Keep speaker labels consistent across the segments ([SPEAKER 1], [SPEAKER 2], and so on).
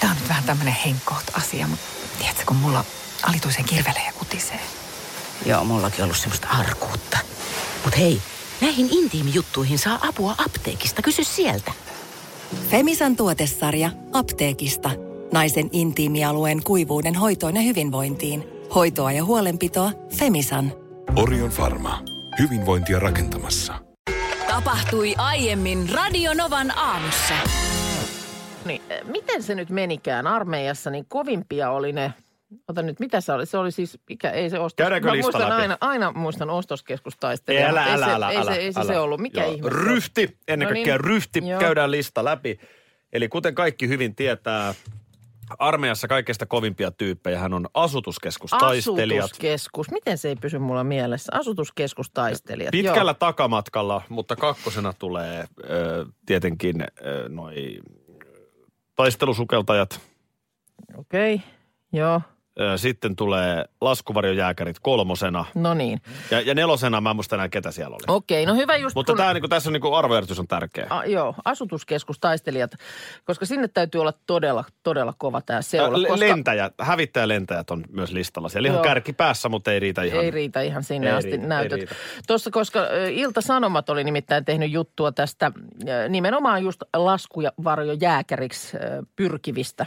[SPEAKER 1] Tämä on nyt vähän tämmöinen henkkoht asia, mutta tiedätkö, kun mulla alituisen kirvelee ja kutisee.
[SPEAKER 2] Joo, mullakin ollut semmoista arkuutta. Mut hei, näihin intiimijuttuihin saa apua apteekista. Kysy sieltä.
[SPEAKER 3] Femisan tuotesarja apteekista. Naisen intiimialueen kuivuuden hoitoon ja hyvinvointiin. Hoitoa ja huolenpitoa Femisan.
[SPEAKER 4] Orion Pharma. Hyvinvointia rakentamassa.
[SPEAKER 5] Tapahtui aiemmin Radionovan aamussa.
[SPEAKER 6] Niin, eh, miten se nyt menikään armeijassa, niin kovimpia oli ne, ota nyt, mitä se oli? Se oli siis, mikä, ei se ostos.
[SPEAKER 7] Käydäänkö
[SPEAKER 6] Mä
[SPEAKER 7] lista
[SPEAKER 6] muistan
[SPEAKER 7] läpi?
[SPEAKER 6] aina, aina muistan ostoskeskustaistelija.
[SPEAKER 7] Älä,
[SPEAKER 6] ei
[SPEAKER 7] älä,
[SPEAKER 6] se,
[SPEAKER 7] älä,
[SPEAKER 6] ei
[SPEAKER 7] älä,
[SPEAKER 6] se, ei se,
[SPEAKER 7] älä.
[SPEAKER 6] se ollut. Mikä
[SPEAKER 7] Joo.
[SPEAKER 6] ihme? se oli?
[SPEAKER 7] Ryhti, ennen
[SPEAKER 6] No niin.
[SPEAKER 7] kaikkea ryhti.
[SPEAKER 6] Joo.
[SPEAKER 7] Käydään lista läpi. Eli kuten kaikki hyvin tietää, armeijassa kaikista kovimpia tyyppejä hän on asutuskeskustaistelijat.
[SPEAKER 6] Asutuskeskus. Miten se ei pysy mulla mielessä? Asutuskeskustaistelijat.
[SPEAKER 7] Pitkällä takamatkalla, mutta kakkosena tulee ö, tietenkin ö, noi taistelusukeltajat.
[SPEAKER 6] Joo. Okei, okay. joo.
[SPEAKER 7] Ö, sitten tulee laskuvarjojääkärit kolmosena.
[SPEAKER 6] No niin.
[SPEAKER 7] Ja, ja nelosena mä en muista enää ketä siellä oli.
[SPEAKER 6] Okei, no hyvä just
[SPEAKER 7] Mutta
[SPEAKER 6] kun...
[SPEAKER 7] tää, niin tässä on niin arvojärjestys on tärkeä.
[SPEAKER 6] A, joo, asutuskeskustaistelijat, koska sinne täytyy olla todella, todella kova tämä seula.
[SPEAKER 7] Le-
[SPEAKER 6] koska
[SPEAKER 7] Lentäjät, hävittäjälentäjät on myös listalla siellä. Ihan
[SPEAKER 6] Joo.
[SPEAKER 7] kärkipäässä, mutta ei riitä ihan.
[SPEAKER 6] Ei riitä ihan sinne
[SPEAKER 7] Ei
[SPEAKER 6] asti
[SPEAKER 7] riitä, ei
[SPEAKER 6] näytöt.
[SPEAKER 7] riitä.
[SPEAKER 6] Tuossa, koska ö, Ilta-Sanomat oli nimittäin tehnyt juttua tästä ö, nimenomaan just laskuja varjojääkäriksi ö, pyrkivistä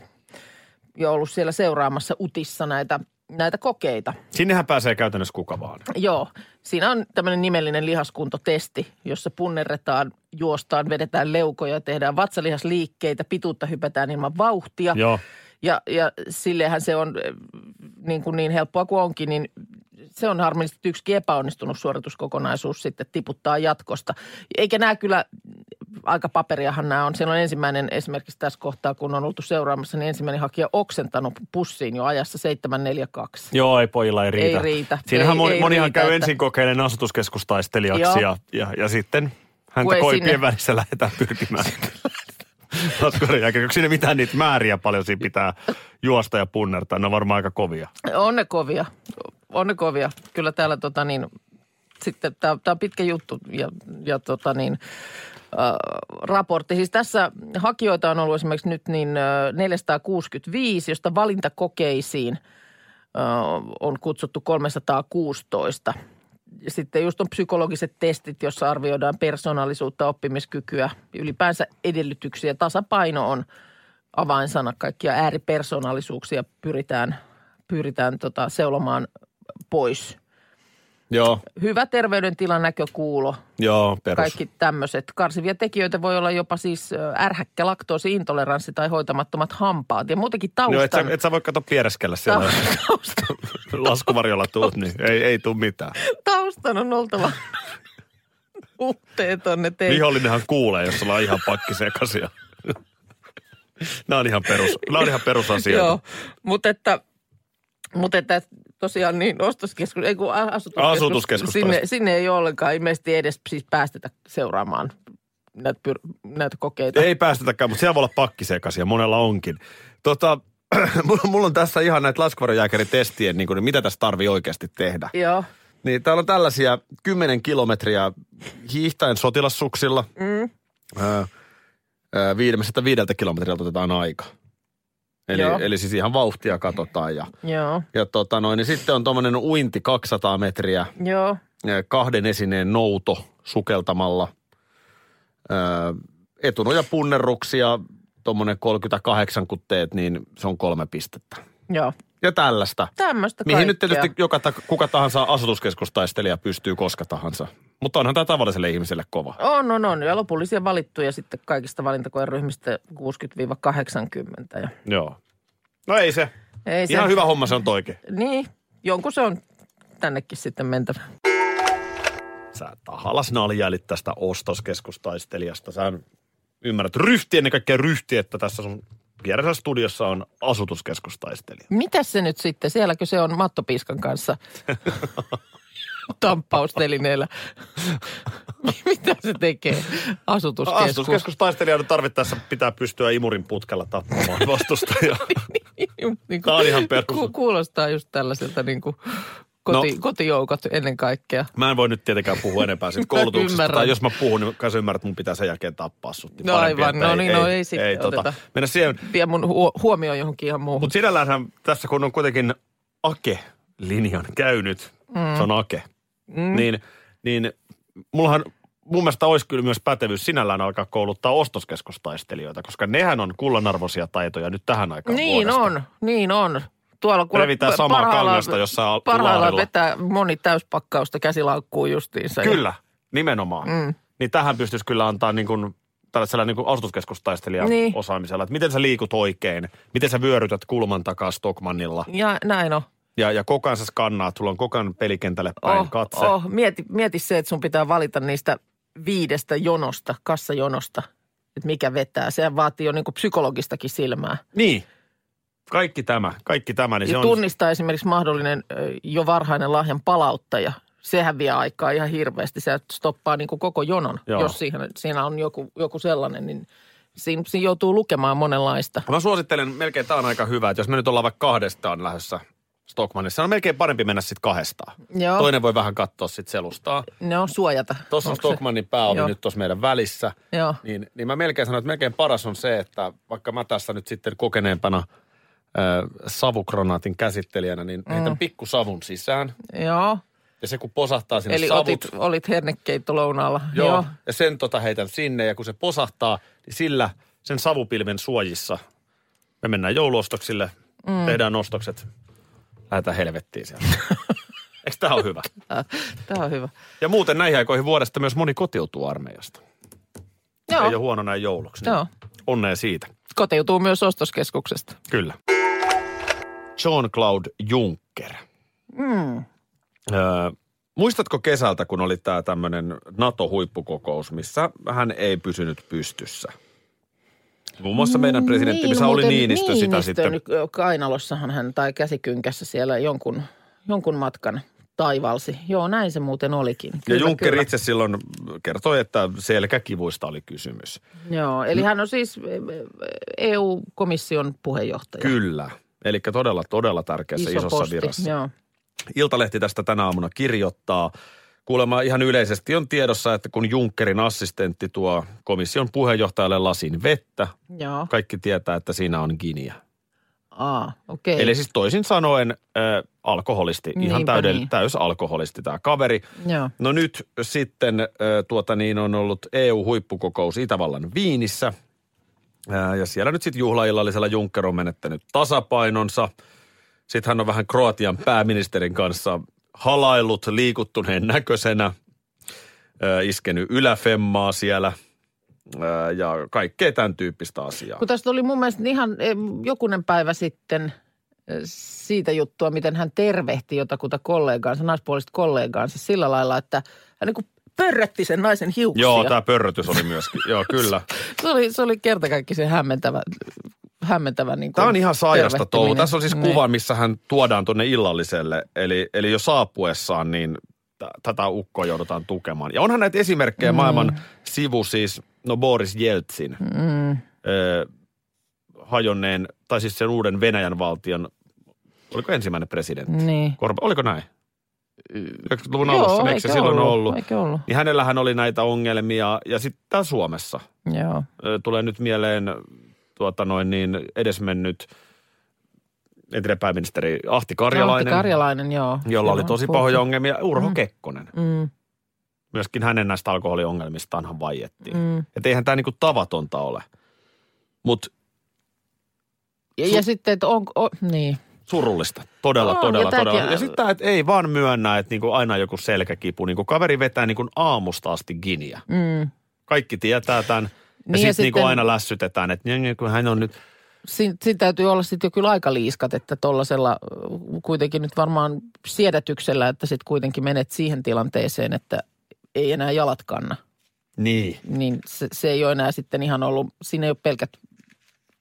[SPEAKER 6] ja ollut siellä seuraamassa utissa näitä, näitä kokeita.
[SPEAKER 7] Sinnehän pääsee käytännössä kuka vaan.
[SPEAKER 6] Joo, siinä on tämmöinen nimellinen lihaskuntotesti, jossa punnerretaan, juostaan, vedetään leukoja, tehdään vatsalihasliikkeitä, pituutta hypätään ilman vauhtia.
[SPEAKER 7] Joo.
[SPEAKER 6] Ja, ja sillehän se on eh, niin, kuin niin helppoa kuin onkin, niin se on harmillisesti että yksikin epäonnistunut suorituskokonaisuus sitten tiputtaa jatkosta. Eikä nämä kyllä, aika paperiahan nämä on. Siellä on ensimmäinen esimerkiksi tässä kohtaa, kun on oltu seuraamassa, niin ensimmäinen hakija oksentanut pussiin jo ajassa 742.
[SPEAKER 7] Joo, ei pojilla ei riitä.
[SPEAKER 6] Ei riitä.
[SPEAKER 7] Siinähän
[SPEAKER 6] Ei-
[SPEAKER 7] moni,
[SPEAKER 6] ei
[SPEAKER 7] monihan
[SPEAKER 6] riitä,
[SPEAKER 7] käy
[SPEAKER 6] että-
[SPEAKER 7] ensin kokeilen asutuskeskustaistelijaksi
[SPEAKER 6] Joo.
[SPEAKER 7] ja, ja, ja, sitten häntä
[SPEAKER 6] ei
[SPEAKER 7] koipien
[SPEAKER 6] sinne.
[SPEAKER 7] välissä lähdetään pyrkimään. Laskurin jälkeen, onko siinä mitään niitä määriä paljon siinä pitää juosta ja punnertaa? Ne on varmaan aika kovia.
[SPEAKER 6] On ne kovia. On ne kovia. Kyllä täällä tota niin, sitten tämä on pitkä juttu ja, ja tota niin, äh, raportti. Siis tässä hakijoita on ollut esimerkiksi nyt niin äh, 465, josta valintakokeisiin äh, on kutsuttu 316. Ja Sitten just on psykologiset testit, jossa arvioidaan persoonallisuutta, oppimiskykyä, ylipäänsä edellytyksiä. Tasapaino on avainsana. Kaikkia ääripersoonallisuuksia pyritään, pyritään tota seulomaan pois.
[SPEAKER 7] Joo,
[SPEAKER 6] Hyvä terveydentila, näkökuulo,
[SPEAKER 7] joo, perus.
[SPEAKER 6] kaikki tämmöiset. Karsivia tekijöitä voi olla jopa siis ö, ärhäkkä, laktoosi, intoleranssi tai hoitamattomat hampaat. Ja muutenkin taustan...
[SPEAKER 7] No et sä, et sä voi kato piereskellä siellä, jos
[SPEAKER 6] taustan,
[SPEAKER 7] laskuvarjolla tuut, niin ei, ei tuu mitään.
[SPEAKER 6] taustan on oltava puutteeton ne teidän
[SPEAKER 7] Vihollinenhan kuulee, jos ollaan ihan pakki sekasia. Nämä on ihan, perus, nämä on ihan perusasioita.
[SPEAKER 6] Joo, mutta että, mutta että tosiaan niin ostoskeskus, ei kun a- asutuskeskus,
[SPEAKER 7] Asutuskeskus
[SPEAKER 6] sinne,
[SPEAKER 7] taas.
[SPEAKER 6] sinne ei ollenkaan ilmeisesti edes siis päästetä seuraamaan näitä, pyr, näitä kokeita.
[SPEAKER 7] Ei päästetäkään, mutta siellä voi olla pakkisekasia, monella onkin. Tota, mulla- mulla on tässä ihan näitä laskuvarjojääkäritestien, niin kuin, mitä tässä tarvii oikeasti tehdä.
[SPEAKER 6] Joo,
[SPEAKER 7] Niin täällä on tällaisia 10 kilometriä hiihtäen sotilassuksilla.
[SPEAKER 6] mm,
[SPEAKER 7] Öö, öö, 505 kilometriltä otetaan aika. Eli,
[SPEAKER 6] Joo.
[SPEAKER 7] eli siis ihan vauhtia katsotaan. Ja,
[SPEAKER 6] joo,
[SPEAKER 7] ja tota noin, niin sitten on tuommoinen uinti 200 metriä,
[SPEAKER 6] joo,
[SPEAKER 7] ö, Äh, kahden esineen nouto sukeltamalla. Öö, etunoja punnerruksia, tuommoinen 38 kun teet, niin se on kolme pistettä.
[SPEAKER 6] joo.
[SPEAKER 7] Ja tällaista.
[SPEAKER 6] Tämmöistä
[SPEAKER 7] Mihin nyt
[SPEAKER 6] kaikkea.
[SPEAKER 7] tietysti joka ta- kuka tahansa asutuskeskustaistelija pystyy koska tahansa. Mutta onhan tämä tavalliselle ihmiselle kova.
[SPEAKER 6] On, on, on. Ja lopullisia valittuja sitten kaikista valintakoeryhmistä 60-80. Ja
[SPEAKER 7] Joo. No ei se.
[SPEAKER 6] ei se,
[SPEAKER 7] Ihan hyvä homma se on toike.
[SPEAKER 6] Niin, jonkun se on tännekin sitten mentävä.
[SPEAKER 7] Sä tahallas naljailit tästä ostoskeskustaistelijasta. Sä ymmärrät ryhtiä, ennen kaikkea ryhtiä, että tässä sun vieressä studiossa on asutuskeskustaistelija.
[SPEAKER 6] Mitäs se nyt sitten? Sielläkö se on mattopiiskan kanssa tamppaustelineellä? Mitä se tekee? Asutuskeskus.
[SPEAKER 7] Asutuskeskustaistelija nyt tarvittaessa pitää pystyä imurin putkella tappamaan vastustajaa.
[SPEAKER 6] Niin kuin-
[SPEAKER 7] Tää on ihan perus.
[SPEAKER 6] Ku- kuulostaa just tällaiselta niin kuin Koti, no. Kotijoukot ennen kaikkea.
[SPEAKER 7] Mä en voi nyt tietenkään puhua enempää siitä
[SPEAKER 6] Mä
[SPEAKER 7] koulutuksesta.
[SPEAKER 6] ymmärrän.
[SPEAKER 7] tai jos mä puhun, niin kai sä ymmärrät, että mun pitää sen jälkeen tappaa sut. Niin
[SPEAKER 6] No
[SPEAKER 7] parempi,
[SPEAKER 6] aivan,
[SPEAKER 7] että
[SPEAKER 6] no niin, no ei sitten oteta.
[SPEAKER 7] tota, mennä siihen.
[SPEAKER 6] Vie mun huo- huomioon johonkin ihan muuhun.
[SPEAKER 7] Mutta No, sinälläänhän tässä kun on kuitenkin Ake-linjan käynyt, mm. se on Ake, mm. niin, niin mullahan mun mielestä olisi kyllä myös pätevyys sinällään alkaa kouluttaa ostoskeskustaistelijoita, koska nehän on kullanarvoisia taitoja nyt tähän aikaan
[SPEAKER 6] Niin
[SPEAKER 7] vuodesta.
[SPEAKER 6] on, niin on. Tuolla kuule
[SPEAKER 7] Revitään
[SPEAKER 6] pa-
[SPEAKER 7] samaa
[SPEAKER 6] parhaillaan-
[SPEAKER 7] kangasta jossain al-
[SPEAKER 6] Parhaillaan
[SPEAKER 7] laarilla.
[SPEAKER 6] vetää moni täyspakkausta käsilaukkuun justiinsa. ja-
[SPEAKER 7] Kyllä, nimenomaan. Mm. Niin tähän pystyisi kyllä antaa niin kuin tällaisella niin asutuskeskustaistelijan
[SPEAKER 6] Niin.
[SPEAKER 7] niin. osaamisella, että miten sä liikut oikein, miten sä vyörytät kulman takaa Stockmannilla
[SPEAKER 6] Ja näin on.
[SPEAKER 7] ja, ja koko ajan sä skannaat, sulla on koko ajan pelikentälle päin oh, katse. Oh.
[SPEAKER 6] Oh, mieti, mieti se, että sun pitää valita niistä viidestä jonosta, kassajonosta, että mikä vetää. Sehän vaatii jo niin kuin psykologistakin silmää.
[SPEAKER 7] Niin, kaikki tämä, kaikki tämä, niin
[SPEAKER 6] ja
[SPEAKER 7] se on...
[SPEAKER 6] tunnistaa esimerkiksi mahdollinen ö, jo varhainen lahjan palauttaja. Sehän vie aikaa ihan hirveästi. Se stoppaa niin kuin koko jonon,
[SPEAKER 7] Joo.
[SPEAKER 6] jos siihen, siinä on joku, joku sellainen, niin siinä, siinä joutuu lukemaan monenlaista.
[SPEAKER 7] Mä suosittelen, melkein tämä on aika hyvä, että jos me nyt ollaan vaikka kahdestaan lähdössä Stockmannissa, niin on melkein parempi mennä sitten kahdestaan.
[SPEAKER 6] Joo.
[SPEAKER 7] Toinen voi vähän katsoa sitten selustaa.
[SPEAKER 6] Ne on suojata.
[SPEAKER 7] Tuossa on
[SPEAKER 6] Onko se-
[SPEAKER 7] Stockmannin pääovi
[SPEAKER 6] Joo.
[SPEAKER 7] nyt tuossa meidän välissä.
[SPEAKER 6] Joo.
[SPEAKER 7] Niin, niin mä melkein sanoin, että melkein paras on se, että vaikka mä tässä nyt sitten kokeneempana äh, savukronaatin käsittelijänä, niin mm. heitän pikku savun sisään.
[SPEAKER 6] Joo.
[SPEAKER 7] Ja se kun posahtaa sinne
[SPEAKER 6] Eli
[SPEAKER 7] savut,
[SPEAKER 6] otit, olit hernekeitto lounaalla.
[SPEAKER 7] joo, joo. ja sen tota heitän sinne. Ja kun se posahtaa, niin sillä sen savupilven suojissa me mennään jouluostoksille, mm. tehdään ostokset, lähdetään helvettiin sieltä. Eikö tämä ole hyvä?
[SPEAKER 6] Tämä on hyvä.
[SPEAKER 7] Ja muuten näihin aikoihin vuodesta myös moni kotiutuu armeijasta. Joo. Ei ole
[SPEAKER 6] Joo.
[SPEAKER 7] huono näin jouluksi. niin
[SPEAKER 6] Joo.
[SPEAKER 7] Onnea siitä,
[SPEAKER 6] Kotiutuu myös ostoskeskuksesta.
[SPEAKER 7] kyllä. John Claude Juncker. Mm. Öö, muistatko kesältä, kun oli tämä tämmöinen NATO-huippukokous, missä hän ei pysynyt pystyssä? Muun muassa meidän presidenttimme Sauli
[SPEAKER 6] Mm, muuten
[SPEAKER 7] Niinistö, sitä
[SPEAKER 6] Niin, Niinistö
[SPEAKER 7] sitten.
[SPEAKER 6] nyt Kainalossahan hän, tai käsikynkässä siellä jonkun, jonkun matkan taivalsi. Joo, näin se muuten olikin.
[SPEAKER 7] Ja
[SPEAKER 6] Kyllä,
[SPEAKER 7] Juncker
[SPEAKER 6] kyllä.
[SPEAKER 7] itse silloin kertoi, että selkäkivuista oli kysymys.
[SPEAKER 6] Joo, eli hän on siis eh, EU-komission puheenjohtaja.
[SPEAKER 7] Kyllä. Eli todella, todella tärkeässä
[SPEAKER 6] Iso
[SPEAKER 7] isossa
[SPEAKER 6] posti.
[SPEAKER 7] virassa.
[SPEAKER 6] Joo.
[SPEAKER 7] Iltalehti tästä tänä aamuna kirjoittaa. Kuulemma ihan yleisesti on tiedossa, että kun Junckerin assistentti tuo komission puheenjohtajalle lasin vettä,
[SPEAKER 6] Joo.
[SPEAKER 7] kaikki tietää, että siinä on giniä.
[SPEAKER 6] Aa, okei.
[SPEAKER 7] Eli siis toisin sanoen äh, alkoholisti, ihan
[SPEAKER 6] Niinpä
[SPEAKER 7] täydell-
[SPEAKER 6] niin.
[SPEAKER 7] täysalkoholisti tämä kaveri.
[SPEAKER 6] Joo.
[SPEAKER 7] No nyt sitten äh, tuota niin on ollut EU-huippukokous Itävallan Viinissä. Äh, ja siellä nyt sitten juhlaillallisella Juncker on menettänyt tasapainonsa. Sitten hän on vähän Kroatian pääministerin kanssa halaillut liikuttuneen näköisenä, äh, iskenyt yläfemmaa siellä äh, ja kaikkea tämän tyyppistä asiaa.
[SPEAKER 6] Kun tästä oli mun mielestä ihan eh, jokunen päivä sitten eh, siitä juttua, miten hän tervehti jotakuta kollegaansa, naispuolista kollegaansa sillä lailla, että hän niin kuin pörrätti sen naisen hiuksia.
[SPEAKER 7] Joo, tämä pörrötys oli myöskin. Joo, kyllä.
[SPEAKER 6] se, oli, se oli kertakaikkisen hämmentävä, hämmentävä niin kuin
[SPEAKER 7] Tämä on ihan sairasta touhu.
[SPEAKER 6] tervehtiminen.
[SPEAKER 7] Tässä on siis
[SPEAKER 6] Niin.
[SPEAKER 7] kuva, missä hän tuodaan tuonne illalliselle. Eli, eli jo saapuessaan, niin t- tätä ukkoa joudutaan tukemaan. Ja onhan näitä esimerkkejä mm. maailman sivu siis, no Boris Jeltsin, mm. ö, hajonneen, tai siis sen uuden Venäjän valtion, oliko ensimmäinen presidentti?
[SPEAKER 6] Niin.
[SPEAKER 7] Korva, oliko näin? 90-luvun
[SPEAKER 6] Joo,
[SPEAKER 7] alussa, eikö se
[SPEAKER 6] eikä
[SPEAKER 7] silloin
[SPEAKER 6] ollut,
[SPEAKER 7] ollut?
[SPEAKER 6] eikä ollut.
[SPEAKER 7] Niin hänellähän oli näitä ongelmia. Ja sitten täällä Suomessa
[SPEAKER 6] Joo.
[SPEAKER 7] ö, tulee nyt mieleen tuota noin niin edesmennyt entinen pääministeri Ahti Karjalainen,
[SPEAKER 6] Antti Karjalainen, joo.
[SPEAKER 7] jolla oli
[SPEAKER 6] Joo,
[SPEAKER 7] tosi
[SPEAKER 6] puhuttu.
[SPEAKER 7] pahoja ongelmia, Urho mm. Kekkonen.
[SPEAKER 6] Mm,
[SPEAKER 7] Myöskin hänen näistä alkoholiongelmistaanhan vaiettiin. Mm.
[SPEAKER 6] mm.
[SPEAKER 7] Että eihän tämä niinku tavatonta ole, mutta
[SPEAKER 6] Ja, ja sitten, että on, on niin.
[SPEAKER 7] surullista. Todella,
[SPEAKER 6] On,
[SPEAKER 7] on,
[SPEAKER 6] ja
[SPEAKER 7] todella,
[SPEAKER 6] tääkin-
[SPEAKER 7] todella. Ja sitten tämä, että ei vaan myönnä, että niinku aina joku selkäkipu. Niinku kaveri vetää niinku aamusta asti giniä.
[SPEAKER 6] Mm.
[SPEAKER 7] Kaikki tietää tämän. Ja,
[SPEAKER 6] Niin,
[SPEAKER 7] sit
[SPEAKER 6] ja
[SPEAKER 7] sitten niinku
[SPEAKER 6] sitten-
[SPEAKER 7] aina lässytetään, että niin, kun hän on nyt
[SPEAKER 6] siinä, siinä täytyy olla sitten jo kyllä aika liiskat, että tuollaisella äh, kuitenkin nyt varmaan siedätyksellä, että sitten kuitenkin menet siihen tilanteeseen, että ei enää jalat kanna.
[SPEAKER 7] niin.
[SPEAKER 6] Niin se, se ei ole enää sitten ihan ollut, siinä ei ole pelkät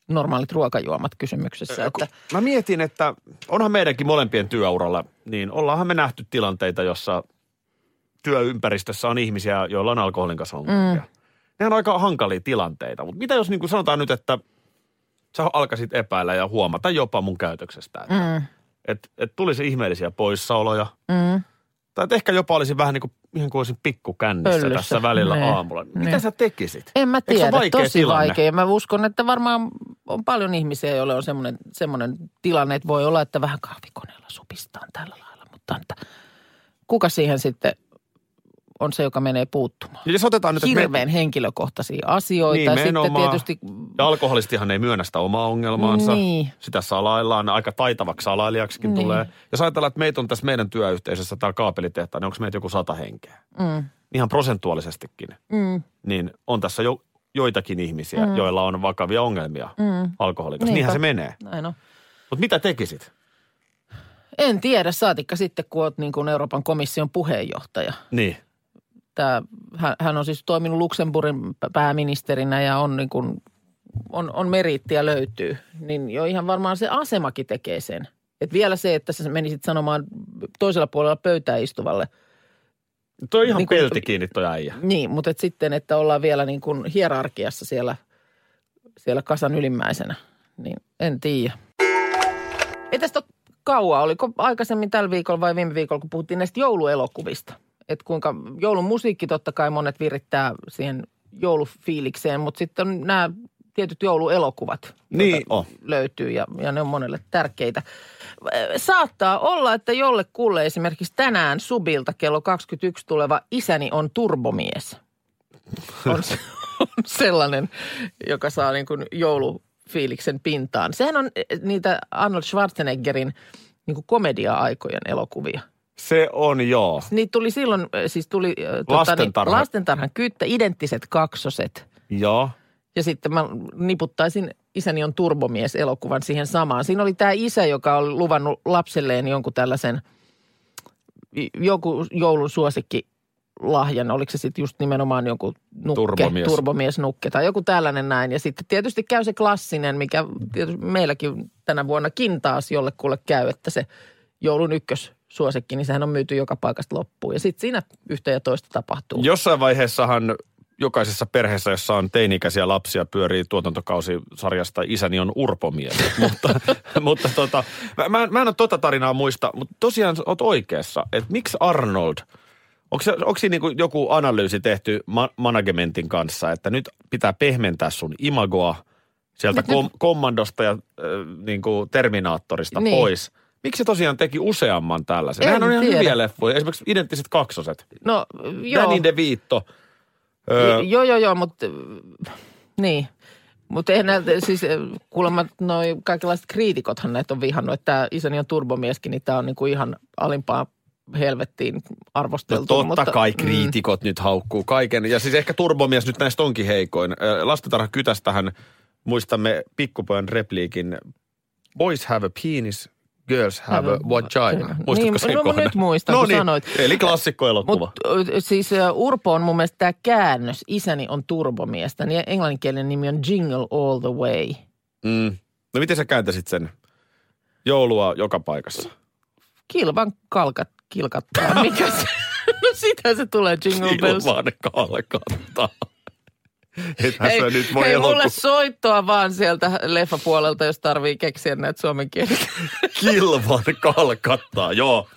[SPEAKER 6] normaalit ruokajuomat kysymyksessä. Että,
[SPEAKER 7] Mä mietin, että onhan meidänkin molempien työuralla, niin ollaanhan me nähty tilanteita, jossa työympäristössä on ihmisiä, joilla on alkoholin kanssa ongelmia. Mm. Ne on aika hankalia tilanteita, mutta mitä jos niin kuin sanotaan nyt, että sä alkaisit epäillä ja huomata jopa mun käytöksestä, että mm. Että et tulisi ihmeellisiä poissaoloja.
[SPEAKER 6] Mm.
[SPEAKER 7] Tai et ehkä jopa olisi vähän niin kuin, ihan kuin olisin pikkukännissä
[SPEAKER 6] Pöllyssä.
[SPEAKER 7] tässä välillä
[SPEAKER 6] Niin.
[SPEAKER 7] aamulla. Mitä
[SPEAKER 6] Niin.
[SPEAKER 7] sä tekisit?
[SPEAKER 6] En mä
[SPEAKER 7] Eikö se
[SPEAKER 6] tiedä,
[SPEAKER 7] ole vaikea
[SPEAKER 6] tosi
[SPEAKER 7] tilanne?
[SPEAKER 6] vaikea. Mä uskon, että varmaan on paljon ihmisiä, joilla on semmoinen, semmoinen tilanne, että voi olla, että vähän kahvikoneella supistaan tällä lailla. Mutta että kuka siihen sitten on se, joka menee puuttumaan?
[SPEAKER 7] Ja Jos otetaan nyt, että me-
[SPEAKER 6] Hirveän henkilökohtaisia asioita.
[SPEAKER 7] Niin,
[SPEAKER 6] sitten
[SPEAKER 7] nimenomaan.
[SPEAKER 6] tietysti
[SPEAKER 7] Ja alkoholistihan ei myönnä sitä omaa ongelmaansa.
[SPEAKER 6] Niin.
[SPEAKER 7] Sitä salaillaan, aika taitavaksi salailijaksikin
[SPEAKER 6] Niin.
[SPEAKER 7] tulee. Jos ajatellaan, että meitä on tässä meidän työyhteisössä tämä kaapelitehtaan, niin onko meitä joku sata henkeä?
[SPEAKER 6] Mm.
[SPEAKER 7] Ihan prosentuaalisestikin.
[SPEAKER 6] Mm.
[SPEAKER 7] Niin on tässä jo joitakin ihmisiä, mm. joilla on vakavia ongelmia mm. alkoholin
[SPEAKER 6] Niinpä.
[SPEAKER 7] kanssa. Niinhän se menee.
[SPEAKER 6] Näin on.
[SPEAKER 7] Mutta mitä tekisit?
[SPEAKER 6] En tiedä, saatikka sitten, kun olet niin kuin Euroopan komission puheenjohtaja.
[SPEAKER 7] Niin.
[SPEAKER 6] Tää, hän, hän on siis toiminut Luxemburgin p- pääministerinä ja on, niin kuin, on, on meriittiä löytyy. Niin jo ihan varmaan se asemakin tekee sen. Et vielä se, että sä menisit sanomaan toisella puolella pöytää istuvalle.
[SPEAKER 7] Toi on ihan niin
[SPEAKER 6] Niin kuin-
[SPEAKER 7] pelti kiinni toi äijä.
[SPEAKER 6] Niin, mutta et sitten, että ollaan vielä niin kuin hierarkiassa siellä, siellä kasan ylimmäisenä. Niin en tiedä. Ei tästä ole kauaa. Oliko aikaisemmin tällä viikolla vai viime viikolla, kun puhuttiin näistä jouluelokuvista? Että kuinka joulun musiikki totta kai monet virittää siihen joulufiilikseen, mutta sitten on nämä tietyt jouluelokuvat
[SPEAKER 7] Niin on.
[SPEAKER 6] löytyy ja, ja ne on monelle tärkeitä. Ö, Saattaa olla, että jollekulle esimerkiksi tänään subilta kello 21 tuleva isäni on turbomies. On, se- on sellainen, joka saa niin kuin joulufiiliksen pintaan. Sehän on eh, niitä Arnold Schwarzeneggerin niin kuin komedia-aikojen elokuvia.
[SPEAKER 7] Se on joo.
[SPEAKER 6] Niitä tuli silloin, eh, siis tuli eh, tota,
[SPEAKER 7] Lastentarha.
[SPEAKER 6] Niin, lastentarhan kyttä, identtiset kaksoset –
[SPEAKER 7] Joo.
[SPEAKER 6] ja sitten mä niputtaisin Isäni on turbomies elokuvan siihen samaan. Siinä oli tämä isä, joka oli luvannut lapselleen jonkun tällaisen, joku joulun suosikki lahjan. Oliko se sitten just nimenomaan joku nukke,
[SPEAKER 7] Turbomies.
[SPEAKER 6] turbomies nukke tai joku tällainen näin. Ja sitten tietysti käy se klassinen, mikä tietysti meilläkin tänä vuonnakin taas jollekulle käy, että se joulun ykkös suosikki, niin sehän on myyty joka paikasta loppuun. Ja sitten siinä yhtä ja toista tapahtuu.
[SPEAKER 7] Jossain vaiheessahan jokaisessa perheessä, jossa on teini-ikäisiä lapsia, pyörii tuotantokausi sarjasta Isäni on urpomies. mutta mutta tota, mä- mä, en- mä en ole tota tarinaa muista, mutta tosiaan sä oot oikeassa, että miksi Arnold, onko, se- onko siinä niinku joku analyysi tehty ma- managementin kanssa, että nyt pitää pehmentää sun imagoa sieltä kom- kommandosta ja äh, niinku terminaattorista
[SPEAKER 6] Niin.
[SPEAKER 7] pois. Miksi se tosiaan teki useamman tällaisen?
[SPEAKER 6] En
[SPEAKER 7] Nehän on ihan
[SPEAKER 6] tiedä.
[SPEAKER 7] hyviä leffoja, esimerkiksi identtiset kaksoset.
[SPEAKER 6] No, joo.
[SPEAKER 7] Danny DeVito. Öö,
[SPEAKER 6] Ö... Joo, joo, joo, mutta niin. Mutta eihän näitä, siis ö, kuulemma noi kaikenlaiset kriitikothan näitä on vihannut, että tämä isäni on turbomieskin, niin tämä on niinku ihan alimpaa helvettiin
[SPEAKER 7] no
[SPEAKER 6] arvosteltu.
[SPEAKER 7] totta
[SPEAKER 6] mutta, mm.
[SPEAKER 7] kai kriitikot nyt haukkuu kaiken. Ja siis ehkä turbomies nyt näistä onkin heikoin. Öö, Lastentarha Kytästähän muistamme pikkupojan repliikin. Boys have a penis, girls have,
[SPEAKER 6] Have
[SPEAKER 7] a
[SPEAKER 6] a
[SPEAKER 7] vagina.
[SPEAKER 6] vagina.
[SPEAKER 7] Muistatko
[SPEAKER 6] Niin,
[SPEAKER 7] sen
[SPEAKER 6] no mä
[SPEAKER 7] kohdan? niin,
[SPEAKER 6] nyt muistan, kun sanoit.
[SPEAKER 7] Eli klassikkoelokuva.
[SPEAKER 6] Mutta siis ö, Urpo on mun mielestä tämä käännös, isäni on turbomiestä, niin englanninkielinen nimi on Jingle All The Way.
[SPEAKER 7] Mm. No miten sä kääntäisit sen? Joulua joka paikassa.
[SPEAKER 6] Kilvan kalkat kilkattaa, mikä se? No sitä se tulee Jingle Bells.
[SPEAKER 7] Ilman kalkattaa. Ethän
[SPEAKER 6] Hei,
[SPEAKER 7] sä nyt voi
[SPEAKER 6] hei
[SPEAKER 7] elokuva
[SPEAKER 6] mulle soittoa vaan sieltä leffapuolelta, jos tarvii keksiä näitä suomen kielisiä.
[SPEAKER 7] kilvan kalkattaa. Joo.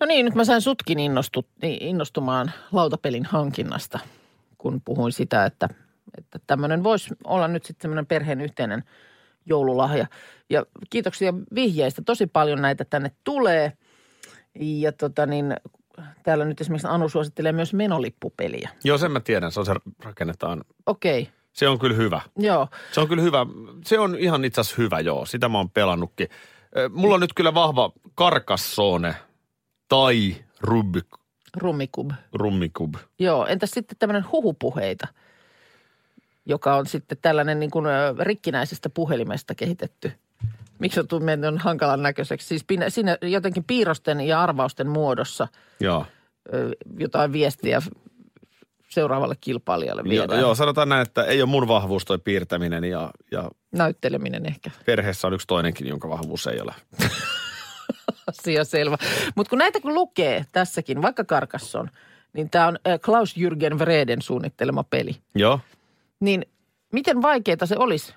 [SPEAKER 6] No niin, nyt mä sain sutkin innostut, innostumaan lautapelin hankinnasta, kun puhuin sitä, että, että tämmöinen voisi olla nyt sitten semmoinen perheen yhteinen joululahja. Ja kiitoksia vihjeistä. Tosi paljon näitä tänne tulee. Ja tota niin, täällä nyt esimerkiksi Anu suosittelee myös menolippupeliä.
[SPEAKER 7] Joo, sen mä tiedän. Se on se rakennetaan.
[SPEAKER 6] Okei, okay,
[SPEAKER 7] Se on kyllä hyvä.
[SPEAKER 6] joo.
[SPEAKER 7] Se on kyllä hyvä. Se on ihan itse asiassa hyvä, joo. Sitä mä oon pelannutkin. Ö, Mulla on nyt kyllä vahva Carcassonne tai Rubik,
[SPEAKER 6] Rummikub.
[SPEAKER 7] Rummikub.
[SPEAKER 6] Joo, entäs sitten tämmöinen huhupuheita, joka on sitten tällainen niin kuin ö, rikkinäisestä puhelimesta kehitetty. Miksi on mennyt hankalan näköiseksi? Siis pin- siinä jotenkin piirrosten ja arvausten muodossa
[SPEAKER 7] Joo.
[SPEAKER 6] ö, jotain viestiä seuraavalle kilpailijalle
[SPEAKER 7] Joo,
[SPEAKER 6] viedään.
[SPEAKER 7] joo, sanotaan näin, että ei ole mun vahvuus toi piirtäminen ja, ja
[SPEAKER 6] Näytteleminen ehkä.
[SPEAKER 7] perheessä on yksi toinenkin, jonka vahvuus ei ole.
[SPEAKER 6] Asia selvä. Mutta kun näitä kun lukee tässäkin, vaikka Karkasson, niin tämä on ö, Klaus-Jürgen Vreden suunnittelema peli.
[SPEAKER 7] Joo.
[SPEAKER 6] Niin miten vaikeaa se olisi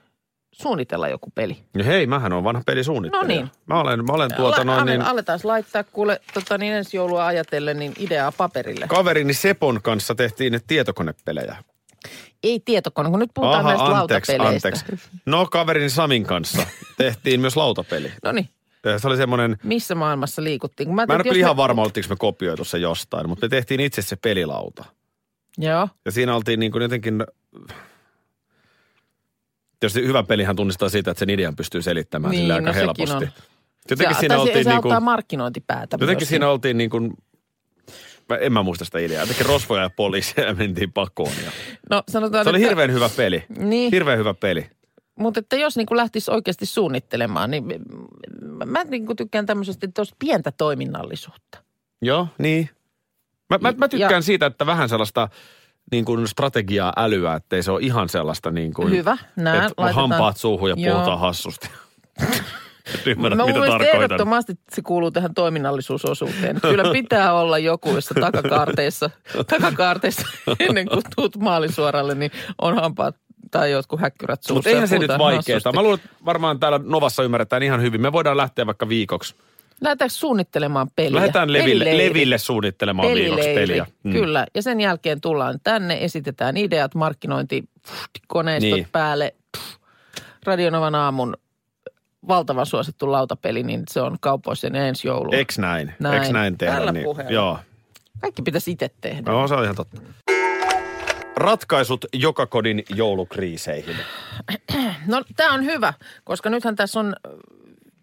[SPEAKER 6] suunnitella joku peli.
[SPEAKER 7] No hei, mähän on vanha pelisuunnittelija.
[SPEAKER 6] No niin.
[SPEAKER 7] Mä olen, mä olen tuota noin niin...
[SPEAKER 6] Aletaan laittaa kuule tota, niin ensi joulua ajatellen niin ideaa paperille.
[SPEAKER 7] Kaverini Sepon kanssa tehtiin tietokonepelejä.
[SPEAKER 6] Ei tietokone, kun nyt puhutaan näistä lautapeleistä.
[SPEAKER 7] No kaverini Samin kanssa tehtiin myös lautapeli. Eh,
[SPEAKER 6] No niin,
[SPEAKER 7] Se oli semmoinen,
[SPEAKER 6] missä maailmassa liikuttiin? Kun
[SPEAKER 7] mä en ole
[SPEAKER 6] ajattelin,
[SPEAKER 7] kyllä
[SPEAKER 6] jos
[SPEAKER 7] ihan varma, oltiinko me kopioitu se jostain, mutta me tehtiin itse se pelilauta.
[SPEAKER 6] Joo,
[SPEAKER 7] Ja siinä oltiin niin kuin jotenkin... Tietysti hyvä pelihän tunnistaa siitä, että sen idean pystyy selittämään
[SPEAKER 6] Niin,
[SPEAKER 7] sille aika
[SPEAKER 6] no sekin
[SPEAKER 7] helposti.
[SPEAKER 6] on.
[SPEAKER 7] Jotenkin
[SPEAKER 6] se,
[SPEAKER 7] siinä
[SPEAKER 6] tai se,
[SPEAKER 7] oltiin
[SPEAKER 6] se
[SPEAKER 7] niin kuin,
[SPEAKER 6] auttaa markkinointipäätä
[SPEAKER 7] jotenkin
[SPEAKER 6] myös.
[SPEAKER 7] siinä oltiin niin kuin, mä- en mä muista sitä ideaa. Jotenkin rosvoja ja poliisia ja mentiin pakoon. Ja.
[SPEAKER 6] No sanotaan,
[SPEAKER 7] Se oli
[SPEAKER 6] että,
[SPEAKER 7] hirveän hyvä peli.
[SPEAKER 6] Niin.
[SPEAKER 7] Hirveän hyvä peli.
[SPEAKER 6] Mutta että jos niin kuin lähtisi oikeasti suunnittelemaan, niin mä, mä niin kuin tykkään tämmöisestä tuosta pientä toiminnallisuutta.
[SPEAKER 7] Joo, niin. Mä, mä, mä tykkään
[SPEAKER 6] Ja-
[SPEAKER 7] siitä, että vähän sellaista niin kuin strategiaa älyä, ettei se ole ihan sellaista niin kuin...
[SPEAKER 6] Hyvä, näin,
[SPEAKER 7] Että
[SPEAKER 6] laitetaan-
[SPEAKER 7] hampaat suuhun ja
[SPEAKER 6] Joo.
[SPEAKER 7] puhutaan hassusti. Et Ymmärrät,
[SPEAKER 6] Mä mun
[SPEAKER 7] mitä
[SPEAKER 6] mielestä
[SPEAKER 7] tarkoitan.
[SPEAKER 6] ehdottomasti se kuuluu tähän toiminnallisuusosuuteen. Kyllä pitää olla joku, jossa takakaarteissa, takakaarteissa ennen kuin tuut maalisuoralle, niin on hampaat tai jotkut häkkyrät suussa.
[SPEAKER 7] Mutta
[SPEAKER 6] ja
[SPEAKER 7] eihän se nyt
[SPEAKER 6] puhutaan
[SPEAKER 7] vaikeeta.
[SPEAKER 6] hassusti.
[SPEAKER 7] Mä luulen, että varmaan täällä Novassa ymmärretään ihan hyvin. Me voidaan lähteä vaikka viikoksi.
[SPEAKER 6] Lähdetäänkö suunnittelemaan peliä?
[SPEAKER 7] Lähdetään Leville,
[SPEAKER 6] Pelileiri.
[SPEAKER 7] Leville suunnittelemaan viikoksi
[SPEAKER 6] Pelileiri,
[SPEAKER 7] peliä. Mm.
[SPEAKER 6] Kyllä, ja sen jälkeen tullaan tänne, esitetään ideat, markkinointi, pff, koneistot
[SPEAKER 7] Niin.
[SPEAKER 6] niin. päälle. Pff. Radionovan aamun valtavan suosittu lautapeli, niin se on kaupoissa ennen ensi joulua.
[SPEAKER 7] Eks näin?
[SPEAKER 6] Näin.
[SPEAKER 7] Eks näin tehdä?
[SPEAKER 6] Tällä
[SPEAKER 7] niin,
[SPEAKER 6] puheella.
[SPEAKER 7] Joo.
[SPEAKER 6] Kaikki pitäisi itse tehdä.
[SPEAKER 7] No, se on ihan totta. Ratkaisut joka kodin joulukriiseihin.
[SPEAKER 6] No tämä on hyvä, koska nythän tässä on äh,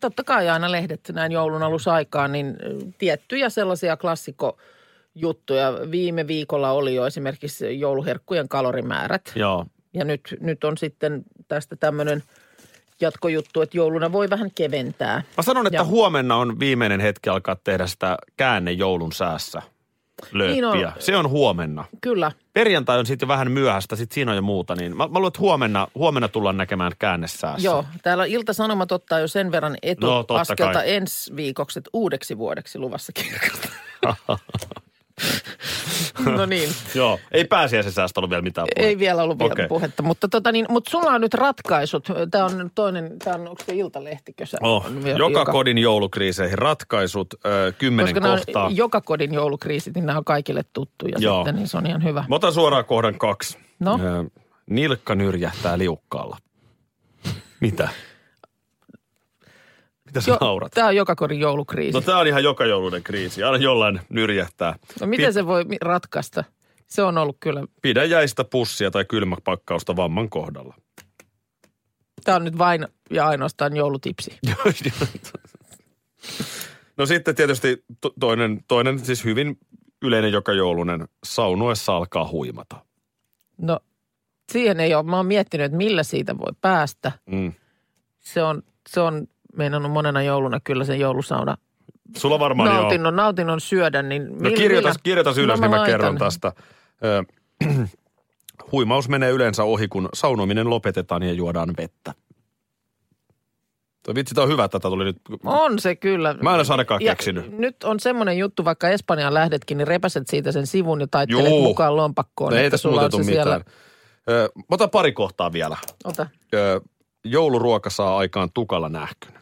[SPEAKER 6] totta kai aina lehdet näin joulun alusaikaan, niin äh, tiettyjä sellaisia klassikko juttuja. Viime viikolla oli jo esimerkiksi jouluherkkujen kalorimäärät.
[SPEAKER 7] Joo.
[SPEAKER 6] Ja nyt, nyt on sitten tästä tämmöinen jatkojuttu, että jouluna voi vähän keventää.
[SPEAKER 7] Mä sanon, että
[SPEAKER 6] Ja-
[SPEAKER 7] huomenna on viimeinen hetki alkaa tehdä sitä käänne joulun säässä lööppiä.
[SPEAKER 6] Niin on.
[SPEAKER 7] Se on huomenna.
[SPEAKER 6] Kyllä,
[SPEAKER 7] Perjantai on sitten vähän myöhäistä, sitten siinä on jo muuta. Niin mä, mä luulen, että huomenna, huomenna tullaan näkemään käänne säässä.
[SPEAKER 6] joo. Täällä Ilta-Sanomat ottaa jo sen verran
[SPEAKER 7] No, totta
[SPEAKER 6] etuaskelta
[SPEAKER 7] kai.
[SPEAKER 6] ensi viikoksi, että uudeksi vuodeksi luvassa kirkasta. no niin,
[SPEAKER 7] Joo. Ei pääsiäisen säästä ollut vielä mitään
[SPEAKER 6] ei vielä ollut vielä
[SPEAKER 7] Okei.
[SPEAKER 6] puhetta, mutta tota niin, mutta sulla on nyt ratkaisut. Tämä on toinen, tämä on, onko se Iltalehtikö sä?
[SPEAKER 7] Oh,
[SPEAKER 6] Jo-
[SPEAKER 7] joka kodin joulukriiseihin ratkaisut, ö, kymmenen
[SPEAKER 6] koska nämä on
[SPEAKER 7] kohtaa.
[SPEAKER 6] joka kodin joulukriisit, niin nämä on kaikille tuttuja
[SPEAKER 7] Joo.
[SPEAKER 6] joo. sitten, niin se on ihan hyvä.
[SPEAKER 7] Mä otan suoraan kohdan kaksi.
[SPEAKER 6] No.
[SPEAKER 7] Ö, Nilkka nyrjähtää liukkaalla. Mitä? Mitä sä naurat?
[SPEAKER 6] Tämä on joka kodin joulukriisi.
[SPEAKER 7] No tää on ihan joka joulunen kriisi. Aina jollain nyrjähtää.
[SPEAKER 6] No miten se voi mi- ratkaista? Se on ollut kyllä,
[SPEAKER 7] Pidä jäistä pussia tai kylmäpakkausta vamman kohdalla.
[SPEAKER 6] tämä on nyt vain ja ainoastaan joulutipsi.
[SPEAKER 7] no sitten tietysti to- toinen, toinen siis hyvin yleinen joka joulunen. Saunuessa alkaa huimata.
[SPEAKER 6] No siihen ei ole, mä oon miettinyt, että millä siitä voi päästä.
[SPEAKER 7] Mm.
[SPEAKER 6] Se on, se on meinannut monena jouluna kyllä sen joulusauna
[SPEAKER 7] Sulla varmaan joo.
[SPEAKER 6] nautinnon, nautinnon syödä, niin
[SPEAKER 7] No
[SPEAKER 6] mil-
[SPEAKER 7] kirjoitas,
[SPEAKER 6] millä- No
[SPEAKER 7] kirjoitas ylös, niin mä
[SPEAKER 6] laitan.
[SPEAKER 7] kerron tästä. Ö, huimaus menee yleensä ohi, kun saunominen lopetetaan ja juodaan vettä. Toi vitsi, tää on hyvä, että tätä tuli nyt.
[SPEAKER 6] On se kyllä.
[SPEAKER 7] Mä en olisi ainakaan
[SPEAKER 6] Ja
[SPEAKER 7] keksinyt.
[SPEAKER 6] Nyt on semmoinen juttu, vaikka Espanjaan lähdetkin, niin repäset siitä sen sivun ja taittelet
[SPEAKER 7] Juu.
[SPEAKER 6] mukaan lompakkoon.
[SPEAKER 7] No ei
[SPEAKER 6] että
[SPEAKER 7] tässä
[SPEAKER 6] sulla
[SPEAKER 7] muuta
[SPEAKER 6] on
[SPEAKER 7] tule
[SPEAKER 6] se
[SPEAKER 7] mitään.
[SPEAKER 6] siellä.
[SPEAKER 7] Ö, mä otan pari kohtaa vielä.
[SPEAKER 6] Ota.
[SPEAKER 7] Ö, jouluruoka saa aikaan tukalla nähkyn.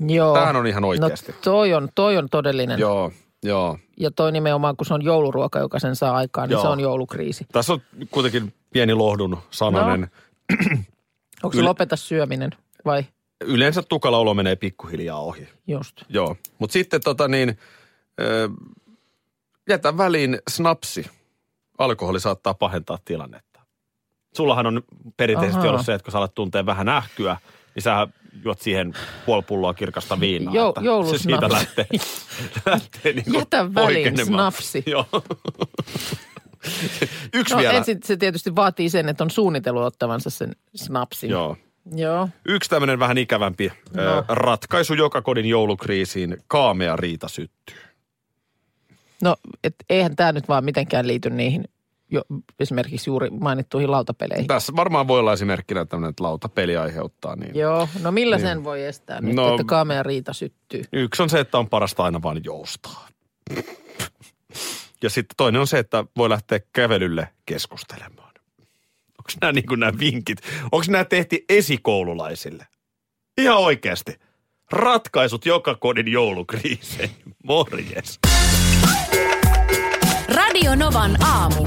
[SPEAKER 6] Joo.
[SPEAKER 7] Tämähän on ihan oikeasti.
[SPEAKER 6] No toi on, toi on todellinen. Joo.
[SPEAKER 7] Joo, joo.
[SPEAKER 6] Ja toi nimenomaan, kun se on jouluruoka, joka sen saa aikaan, niin
[SPEAKER 7] Joo.
[SPEAKER 6] se on joulukriisi.
[SPEAKER 7] Tässä on kuitenkin pieni lohdun sananen.
[SPEAKER 6] No. Onko se
[SPEAKER 7] Yl-
[SPEAKER 6] lopeta syöminen vai
[SPEAKER 7] Yleensä tukala olo menee pikkuhiljaa ohi.
[SPEAKER 6] just?
[SPEAKER 7] Joo, mutta sitten tota niin, ö, jätä väliin snapsi. Alkoholi saattaa pahentaa tilannetta. Sullahan on perinteisesti
[SPEAKER 6] Ahaa.
[SPEAKER 7] ollut se, että kun sä alat tuntee vähän ähkyä, niin sähän juot siihen puoli pulloa kirkasta viinaa.
[SPEAKER 6] Jou-
[SPEAKER 7] että
[SPEAKER 6] joulusnapsi.
[SPEAKER 7] Se siitä lähtee, lähtee niin
[SPEAKER 6] Jätä väliin snapsi.
[SPEAKER 7] Joo. Yksi
[SPEAKER 6] No
[SPEAKER 7] vielä.
[SPEAKER 6] ensin se tietysti vaatii sen, että on suunnitellut ottavansa sen snapsin.
[SPEAKER 7] Joo.
[SPEAKER 6] Joo.
[SPEAKER 7] Yksi tämmöinen vähän ikävämpi no.
[SPEAKER 6] No.
[SPEAKER 7] ratkaisu joka kodin joulukriisiin, kaamea riita syttyy.
[SPEAKER 6] No et, eihän tämä nyt vaan mitenkään liity niihin jo, esimerkiksi juuri mainittuihin lautapeleihin.
[SPEAKER 7] Tässä varmaan voi olla esimerkkinä tämmöinen, että lautapeli aiheuttaa niin.
[SPEAKER 6] Joo, no millä
[SPEAKER 7] Niin.
[SPEAKER 6] niin. sen voi estää nyt,
[SPEAKER 7] No-
[SPEAKER 6] no, että kaamea riita syttyy?
[SPEAKER 7] Yksi on se, että on parasta aina vaan joustaa. Ja sitten toinen on se, että voi lähteä kävelylle keskustelemaan. Onko nämä niin kuin nämä vinkit? Onko nämä tehty esikoululaisille? Ihan oikeasti. Ratkaisut joka kodin joulukriiseihin. Morjes.
[SPEAKER 8] Radio Novan aamu.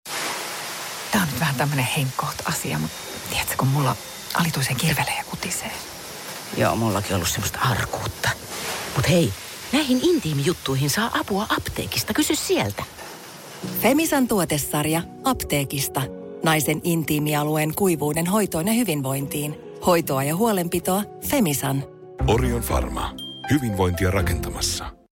[SPEAKER 1] Tämä on nyt vähän tämmöinen henkkoht asia, mutta tiedätkö, kun mulla alituisen kirvelee ja kutisee.
[SPEAKER 9] Joo, mullakin ollut semmoista arkuutta. Mut hei, näihin intiimijuttuihin saa apua apteekista. Kysy sieltä.
[SPEAKER 3] Femisan tuotesarja apteekista. Naisen intiimialueen kuivuuden hoitoon ja hyvinvointiin. Hoitoa ja huolenpitoa Femisan.
[SPEAKER 4] Orion Pharma. Hyvinvointia rakentamassa.